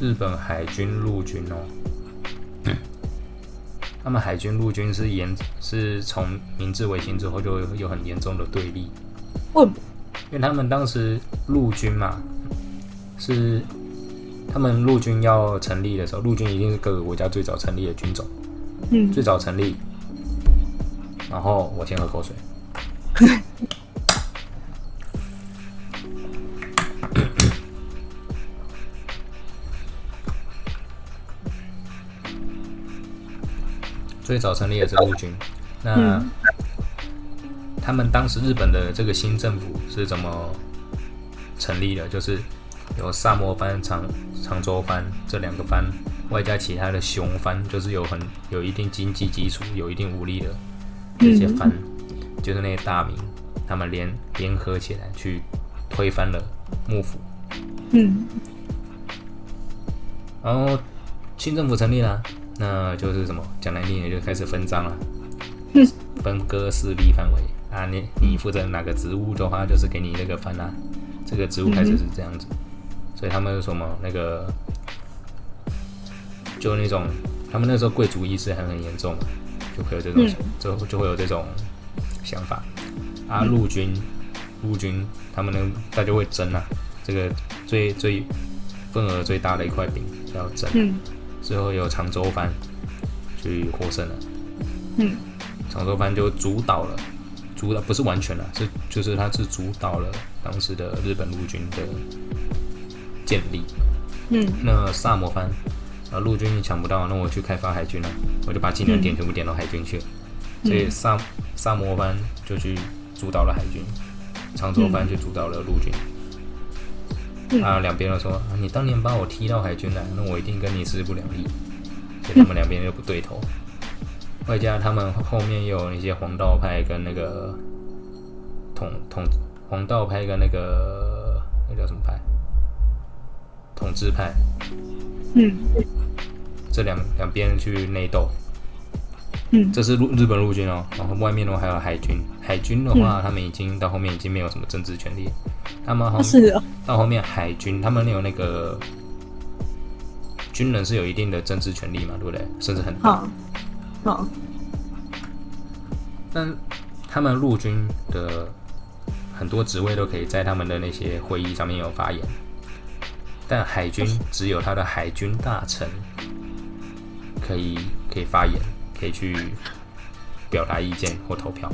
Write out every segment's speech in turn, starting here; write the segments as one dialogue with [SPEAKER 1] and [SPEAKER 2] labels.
[SPEAKER 1] 日本海军陆军哦，
[SPEAKER 2] 嗯
[SPEAKER 1] 他们海军陆军是严是从明治维新之后就有很严重的对立，
[SPEAKER 3] 问
[SPEAKER 1] 因为他们当时陆军嘛，是他们陆军要成立的时候，陆军一定是各个国家最早成立的军种，
[SPEAKER 3] 嗯
[SPEAKER 1] 最早成立。然后我先喝口水。 最早成立的是陆军，那、
[SPEAKER 3] 嗯
[SPEAKER 1] 他们当时日本的这个新政府是怎么成立的？就是有萨摩藩、长长州藩这两个藩，外加其他的雄藩，就是有很有一定经济基础、有一定武力的这些藩，就是那些大名，他们联联合起来去推翻了幕府，
[SPEAKER 3] 嗯
[SPEAKER 1] 然后新政府成立了，那就是什么讲难听一点，就开始分赃了，分割势力范围啊，你你负责哪个职务的话，就是给你那个番啊，这个职务开始是这样子，所以他们有什么那个，就那种他们那时候贵族意识还很严重嘛，就会有这种、
[SPEAKER 3] 嗯
[SPEAKER 1] 就就会有这种想法啊，陆军陆军他们呢，他就会争啊，这个最最份额最大的一块饼要争。
[SPEAKER 3] 嗯
[SPEAKER 1] 最后有长州藩去获胜了，
[SPEAKER 3] 嗯
[SPEAKER 1] 长州藩就主导了，主导不是完全了，是就是他是主导了当时的日本陆军的建立。
[SPEAKER 3] 嗯
[SPEAKER 1] 那萨摩藩，啊，陆军抢不到，那我去开发海军了，我就把技能点全部点到海军去了，所以萨萨摩藩就去主导了海军，长州藩去主导了陆军。
[SPEAKER 3] 嗯
[SPEAKER 1] 啊，两边都说、啊你当年把我踢到海军来，那我一定跟你势不两立，所以他们两边就不对头。外加他们后面又有一些黄道派跟那个统统黄道派跟那个那叫什么派？统治派，
[SPEAKER 3] 嗯
[SPEAKER 1] 这两两边去内斗，
[SPEAKER 3] 嗯
[SPEAKER 1] 这是陆日本陆军哦，然后外面的话还有海军，海军的
[SPEAKER 3] 嗯
[SPEAKER 1] 话、他们已经到后面已经没有什么政治权利，他们好
[SPEAKER 3] 啊
[SPEAKER 1] 像
[SPEAKER 3] 是哦，
[SPEAKER 1] 到后面海军他们有那个军人是有一定的政治权利嘛，对不对？甚至很大，
[SPEAKER 3] 好好
[SPEAKER 1] 但他们陆军的很多职位都可以在他们的那些会议上面有发言，但海军只有他的海军大臣可以可以发言，可以去表达意见或投票。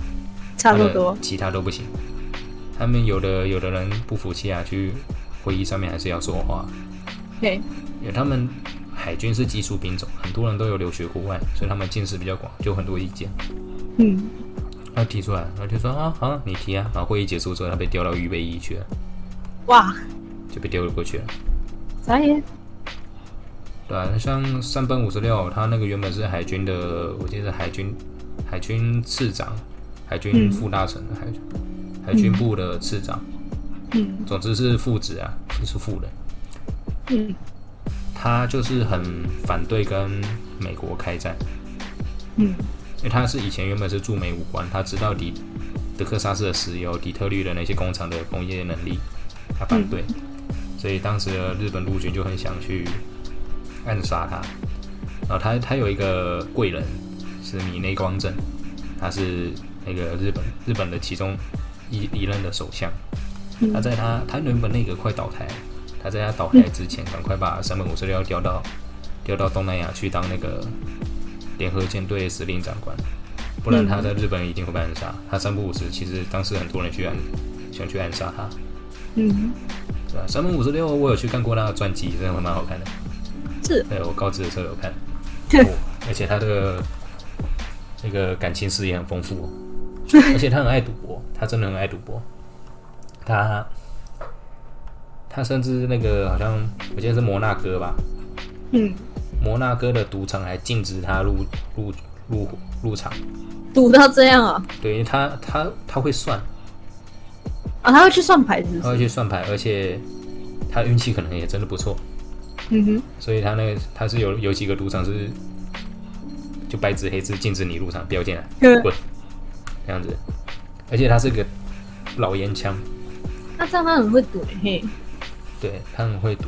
[SPEAKER 3] 差不多，
[SPEAKER 1] 其他都不行。他们有的有的人不服气啊，去会议上面还是要说话。
[SPEAKER 3] 对，
[SPEAKER 1] 因为他们海军是技术兵种，很多人都有留学国外，所以他们见识比较广，就有很多意见。
[SPEAKER 3] 嗯
[SPEAKER 1] 他提出来，然后就说啊好、你提啊。然后会议结束之后，他被调到预备役去了，
[SPEAKER 3] 哇，
[SPEAKER 1] 就被调过去了。
[SPEAKER 3] 啥耶？
[SPEAKER 1] 对啊，像三本五十六，他那个原本是海军的，我记得是海军海军次长、海军
[SPEAKER 3] 嗯
[SPEAKER 1] 副大臣、海军海军部的次长，
[SPEAKER 3] 嗯
[SPEAKER 1] 总之是副职啊，是副的。
[SPEAKER 3] 嗯
[SPEAKER 1] 他就是很反对跟美国开战，
[SPEAKER 3] 嗯
[SPEAKER 1] 因为他是以前原本是驻美武官，他知道底德克萨斯的石油、底特律的那些工厂的工业能力，他反对，所以当时的日本陆军就很想去暗杀他。然后他他有一个贵人是米内光政，他是那个日本日本的其中一一任的首相，他在他他原本那个快倒台，他在他倒台之前，赶快把山本五十六调到调到东南亚去当那个联合舰队司令长官，不然他在日本一定会被暗杀。他三不五时，其实当时很多人去暗想去暗杀他，
[SPEAKER 3] 嗯，
[SPEAKER 1] 对吧、山本五十六我有去看过他的传记，真的蛮好看的。
[SPEAKER 3] 是
[SPEAKER 1] 对我高职的时候有看，哦而且他的那个感情史也很丰富、哦，而且他很爱赌博，他真的很爱赌博。他他甚至那个好像我记得是摩纳哥吧，
[SPEAKER 3] 嗯，
[SPEAKER 1] 摩纳哥的赌场还禁止他入入入入场，
[SPEAKER 3] 赌到这样啊、
[SPEAKER 1] 对，因为他他他会算，
[SPEAKER 3] 啊、他会去算牌子
[SPEAKER 1] 他会去算牌，而且他运气可能也真的不错，
[SPEAKER 3] 嗯哼，
[SPEAKER 1] 所以他那个他是有有几个赌场是就白纸黑字禁止你入场，不要进来。
[SPEAKER 3] 对
[SPEAKER 1] 滚，这样子。而且他是个老烟枪，
[SPEAKER 3] 那这样他很会赌嘿。
[SPEAKER 1] 对他很会赌，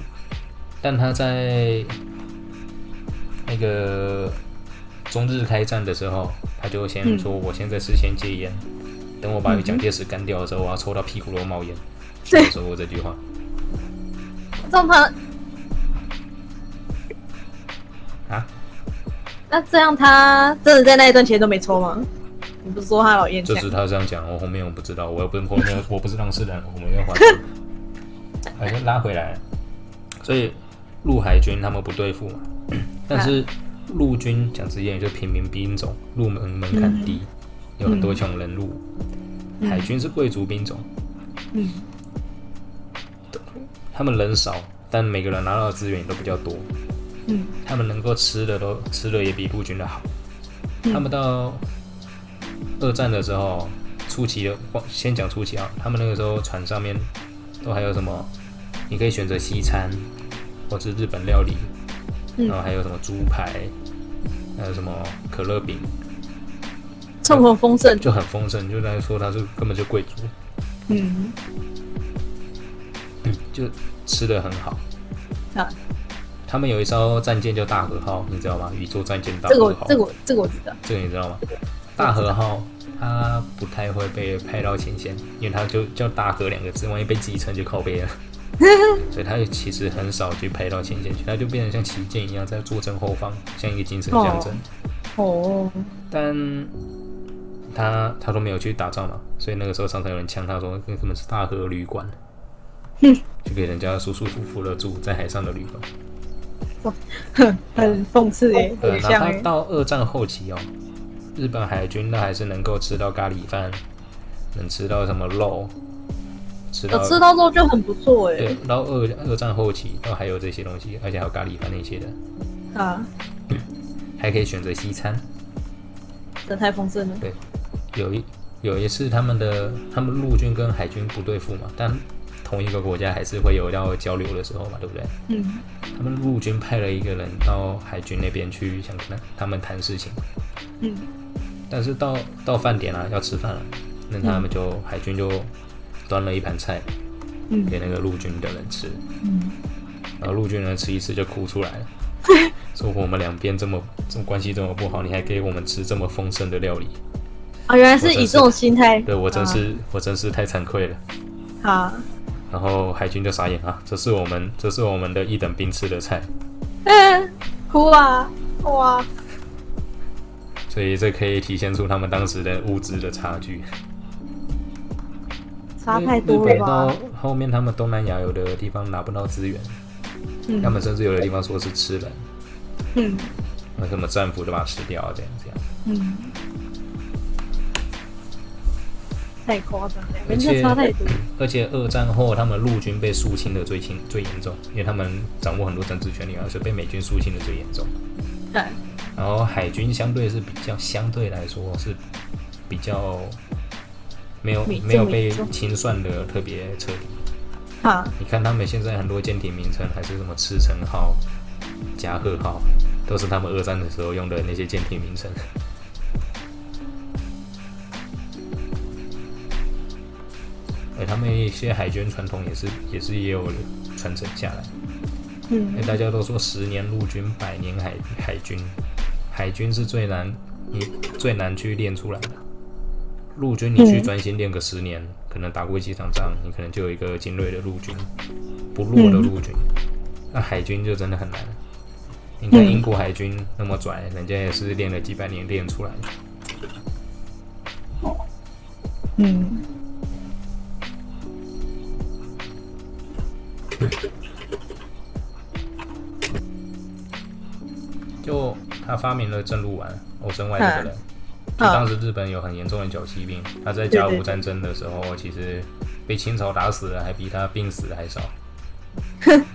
[SPEAKER 1] 但他在那个中日开战的时候，他就先说：“我现在是先戒烟，等我把蒋介石干掉的时候，我要抽到屁股都冒烟。”
[SPEAKER 3] 对
[SPEAKER 1] 他说过这句话。
[SPEAKER 3] 让他
[SPEAKER 1] 啊？
[SPEAKER 3] 那这样他真的在那一段期间都没抽吗？你不是说他老烟
[SPEAKER 1] 就
[SPEAKER 3] 枪？
[SPEAKER 1] 是他这样讲，我后面我不知道，我又不是后面我不是当事人，我没有法律。好像拉回来了，所以陆海军他们不对付嘛，但是陆军讲直接点，就平民兵种，入门门槛低，有很多穷人入伍。
[SPEAKER 3] 嗯
[SPEAKER 1] 海军是贵族兵种，
[SPEAKER 3] 嗯，
[SPEAKER 1] 他们人少，但每个人拿到的资源也都比较多，
[SPEAKER 3] 嗯
[SPEAKER 1] 他们能够吃的都吃的也比陆军的好。
[SPEAKER 3] 嗯
[SPEAKER 1] 他们到二战的时候，初期的光先讲初期啊，他们那个时候船上面都还有什么，你可以选择西餐，或是日本料理，
[SPEAKER 3] 嗯
[SPEAKER 1] 然后还有什么猪排，还有什么可乐饼，
[SPEAKER 3] 趁火丰盛，
[SPEAKER 1] 就很丰盛。就在说他是根本就贵族，
[SPEAKER 3] 嗯
[SPEAKER 1] 就吃的很好。
[SPEAKER 3] 啊，
[SPEAKER 1] 他们有一艘战舰叫大和号，你知道吗？宇宙战舰大
[SPEAKER 3] 这个
[SPEAKER 1] 和
[SPEAKER 3] 我
[SPEAKER 1] 号。
[SPEAKER 3] 这个我这个我知道，
[SPEAKER 1] 这个你知道吗？大和号它不太会被派到前线，因为它就叫大和两个字，万一被击沉就靠背了。所以它其实很少去派到前线去，它就变成像旗舰一样在坐镇后方，像一个精神象征。
[SPEAKER 3] 哦，
[SPEAKER 1] 但他他都没有去打仗嘛，所以那个时候常常有人呛他说：“那根本是大和旅馆。”
[SPEAKER 3] 哼
[SPEAKER 1] 就给人家舒舒服服的住在海上的旅馆。
[SPEAKER 3] 哼很讽刺耶，
[SPEAKER 1] 哦对，
[SPEAKER 3] 很
[SPEAKER 1] 哪
[SPEAKER 3] 像
[SPEAKER 1] 怕
[SPEAKER 3] 哎，
[SPEAKER 1] 呃到二战后期哦，日本海军那还是能够吃到咖喱饭，能吃到什么肉，吃到
[SPEAKER 3] 我哦吃到之后就很不错哎
[SPEAKER 1] 对，，然后二二战后期都还有这些东西，而且还有咖喱饭那些的，
[SPEAKER 3] 啊，
[SPEAKER 1] 还可以选择西餐。
[SPEAKER 3] 真的太丰盛了，
[SPEAKER 1] 有一有一次他们的他们陆军跟海军不对付嘛，但同一个国家还是会有要交流的时候嘛，对不对？
[SPEAKER 3] 嗯
[SPEAKER 1] 他们陆军派了一个人到海军那边去想跟他们谈事情，
[SPEAKER 3] 嗯
[SPEAKER 1] 但是到到饭点啊，要吃饭了，那他们就、海军就端了一盘菜
[SPEAKER 3] 嗯
[SPEAKER 1] 给那个陆军的人吃，
[SPEAKER 3] 嗯，
[SPEAKER 1] 然后陆军人吃一吃就哭出 来了，说我们两边这么这么关系这么不好，你还给我们吃这么丰盛的料理，
[SPEAKER 3] 啊，原来是以这种心态，
[SPEAKER 1] 对我真是、我真是太惭愧了。
[SPEAKER 3] 啊，
[SPEAKER 1] 然后海军就傻眼啊，这是我们这是我们的一等兵吃的菜，
[SPEAKER 3] 嗯，哭啊，哇，
[SPEAKER 1] 所以这可以体现出他们当时的物资的差距。
[SPEAKER 3] 差太
[SPEAKER 1] 日
[SPEAKER 3] 多了
[SPEAKER 1] 本
[SPEAKER 3] 吧
[SPEAKER 1] 到，后面他们东南亚有的地方拿不到资源，
[SPEAKER 3] 嗯
[SPEAKER 1] 他们甚至有的地方说是吃人，
[SPEAKER 3] 嗯
[SPEAKER 1] 那什么战俘都把它吃掉，啊这样这样。
[SPEAKER 3] 嗯，太夸张了，
[SPEAKER 1] 而
[SPEAKER 3] 人
[SPEAKER 1] 且嗯
[SPEAKER 3] 家差太多，
[SPEAKER 1] 而且二战后，他们陆军被肃清的最轻最严重，因为他们掌握很多政治权利啊，所以被美军肃清的最严重。
[SPEAKER 3] 对，
[SPEAKER 1] 然后海军相对是比较相对来说是比较没有
[SPEAKER 3] 没这么
[SPEAKER 1] 没有被
[SPEAKER 3] 严重
[SPEAKER 1] 清算的特别彻底。
[SPEAKER 3] 哈，
[SPEAKER 1] 你看他们现在很多舰艇名称还是什么赤城号、加贺号，都是他们二战的时候用的那些舰艇名称。 哎，他们一些海军传统也是也是也有传承下来。哎，
[SPEAKER 3] 嗯
[SPEAKER 1] 大家都说十年陆军，百年海海军，海军是最难你最难去练出来的。陆军你去
[SPEAKER 3] 嗯
[SPEAKER 1] 专心练个十年，可能打过几场仗，你可能就有一个精锐的陆军，不弱的陆军。那海军就真的很难了。你看
[SPEAKER 3] 嗯
[SPEAKER 1] 英国海军那么拽，人家也是练了几百年练出来的。
[SPEAKER 3] 嗯，
[SPEAKER 1] 就他发明了正路丸，欧身外这个人。就
[SPEAKER 3] 嗯
[SPEAKER 1] 当时日本有很严重的脚气病，他在甲午战争的时候，其实被清朝打死了，还比他病死的 还少。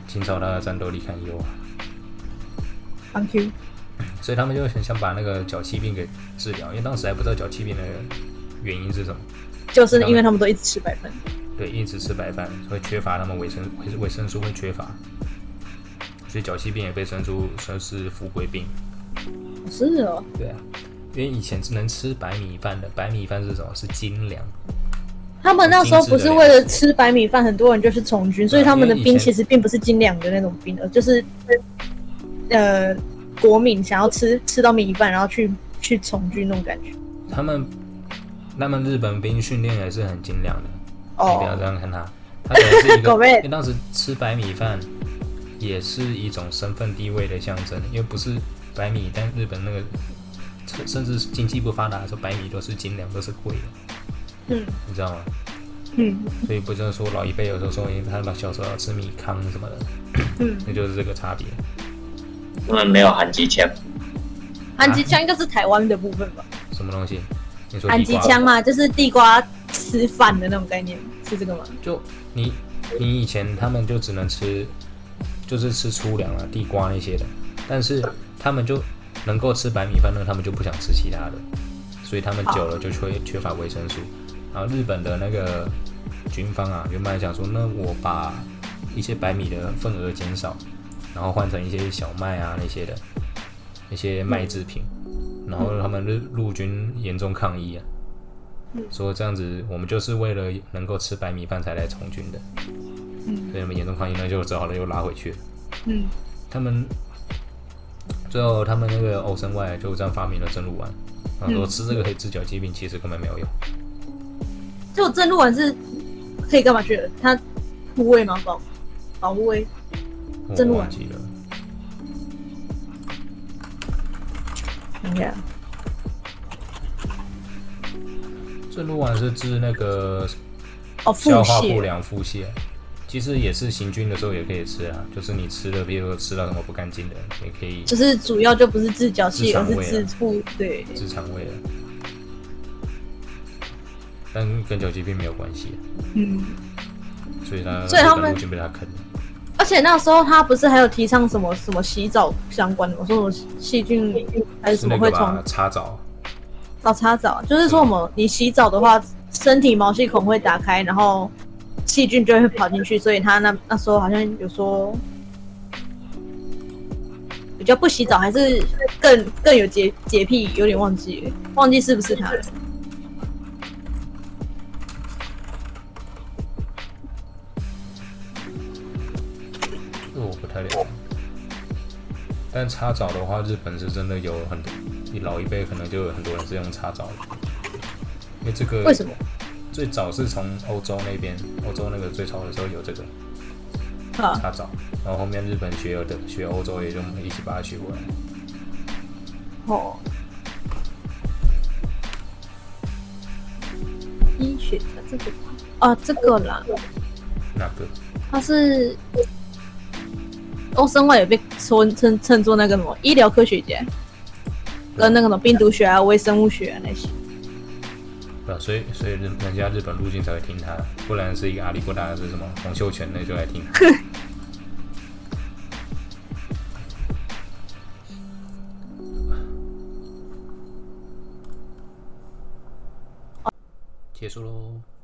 [SPEAKER 1] 清朝他的战斗力堪忧啊，
[SPEAKER 3] 很 Q，
[SPEAKER 1] 所以他们就很想把那个脚气病给治疗，因为当时还不知道脚气病的原因是什么。
[SPEAKER 3] 就是因为他们都一直吃白饭，
[SPEAKER 1] 对，一直吃白饭会缺乏他们维生维维生素会缺乏，所以脚气病也被称出称是富贵病。
[SPEAKER 3] 是哦，
[SPEAKER 1] 对啊，因为以前只能吃白米饭的，白米饭是什么？是精粮，
[SPEAKER 3] 他们那时候不是为了吃白米饭，很多人就是从
[SPEAKER 1] 啊
[SPEAKER 3] 军，所以他们的兵其实并不是精良的那种兵，而就是呃国民想要吃吃到米饭，然后去去从军那种感觉。
[SPEAKER 1] 他们那么日本兵训练也是很精良的，你不要
[SPEAKER 3] 哦，
[SPEAKER 1] 这样看他，他可能是一个
[SPEAKER 3] 狗，妹
[SPEAKER 1] 因为当时吃白米饭也是一种身份地位的象征，因为不是白米，但日本那个甚甚至是经济不发达的时候，白米都是精良，都是贵的，
[SPEAKER 3] 嗯
[SPEAKER 1] 你知道吗？
[SPEAKER 3] 嗯
[SPEAKER 1] 所以不就是说老一辈有时候说，哎他老小时候要吃米糠什么的，
[SPEAKER 3] 嗯，
[SPEAKER 1] 那就是这个差别。
[SPEAKER 2] 他们没有含机枪，
[SPEAKER 1] 啊
[SPEAKER 3] 韩吉枪应该是台湾的部分吧？
[SPEAKER 1] 什么东西？你说
[SPEAKER 3] 韩
[SPEAKER 1] 地
[SPEAKER 3] 吉
[SPEAKER 1] 瓜
[SPEAKER 3] 枪嘛，就是地瓜吃饭的那种概念，是这个吗？
[SPEAKER 1] 就你你以前他们就只能吃，就是吃粗粮啊，地瓜那些的，但是他们就能够吃白米饭，那他们就不想吃其他的，所以他们久了就缺缺乏维生素。然后日本的那个军方啊，原本想说，那我把一些白米的份额减少，然后换成一些小麦啊那些的，那些麦制品。然后他们日陆军严重抗议啊，说这样子我们就是为了能够吃白米饭才来从军的，
[SPEAKER 3] 嗯
[SPEAKER 1] 所以他们严重抗议，那就只好了又拉回去了。
[SPEAKER 3] 嗯，
[SPEAKER 1] 他们最后他们那个欧森外就这样发明了正露丸，然后说
[SPEAKER 3] 嗯
[SPEAKER 1] 吃这个可以治脚疾病，其实根本没有用。
[SPEAKER 3] 就正路丸是可以干嘛去的？它护卫吗？保保护卫？
[SPEAKER 1] 我
[SPEAKER 3] 正露丸
[SPEAKER 1] 忘记了，嗯
[SPEAKER 3] 想一下，
[SPEAKER 1] 正露丸是治那个
[SPEAKER 3] 哦，腹
[SPEAKER 1] 消化不
[SPEAKER 3] 泻。
[SPEAKER 1] 良、腹泻，其实也是行军的时候也可以吃啊，就是你吃了，比如说吃到什么不干净的，也可以
[SPEAKER 3] 就是主要就不是治脚气，
[SPEAKER 1] 治肠
[SPEAKER 3] 而
[SPEAKER 1] 胃啊
[SPEAKER 3] 是治腹。对，
[SPEAKER 1] 治肠胃了，但跟脚疾病没有关系啊、
[SPEAKER 3] 嗯。
[SPEAKER 1] 所以他
[SPEAKER 3] 所以他
[SPEAKER 1] 日本
[SPEAKER 3] 们
[SPEAKER 1] 陆军被他坑了。
[SPEAKER 3] 而且那时候他不是还有提倡什么什么洗澡相关的吗？说什么细菌还是
[SPEAKER 1] 是
[SPEAKER 3] 什么
[SPEAKER 1] 那
[SPEAKER 3] 会
[SPEAKER 1] 个
[SPEAKER 3] 从
[SPEAKER 1] 吧，擦澡，
[SPEAKER 3] 到擦澡，啊就是说我们你洗澡的话，身体毛细孔会打开，然后细菌就会跑进去，所以他那那时候好像有说。比较不洗澡，还是更更有洁洁癖，有点忘记了，忘记是不是他了。
[SPEAKER 1] 这哦我不太了解。但擦澡的话，日本是真的有很多，老一辈可能就有很多人是用擦澡的，因为这个
[SPEAKER 3] 为什么？
[SPEAKER 1] 最早是从欧洲那边，欧洲那个最早的时候有这个
[SPEAKER 3] 啊，
[SPEAKER 1] 擦澡，然后后面日本学有的学欧洲也就一起把它学过来。
[SPEAKER 3] 哦，医学的哦这个吗啊，这个啦，
[SPEAKER 1] 那个
[SPEAKER 3] 它是欧森外也被称称称作那个什么医疗科学家，跟那个什么病毒学啊、微生物学啊那些。
[SPEAKER 1] 对啊，所以所以日人家日本陆军才会听他，不然是一个阿里不达是什么洪秀全那就来听他。结束喽。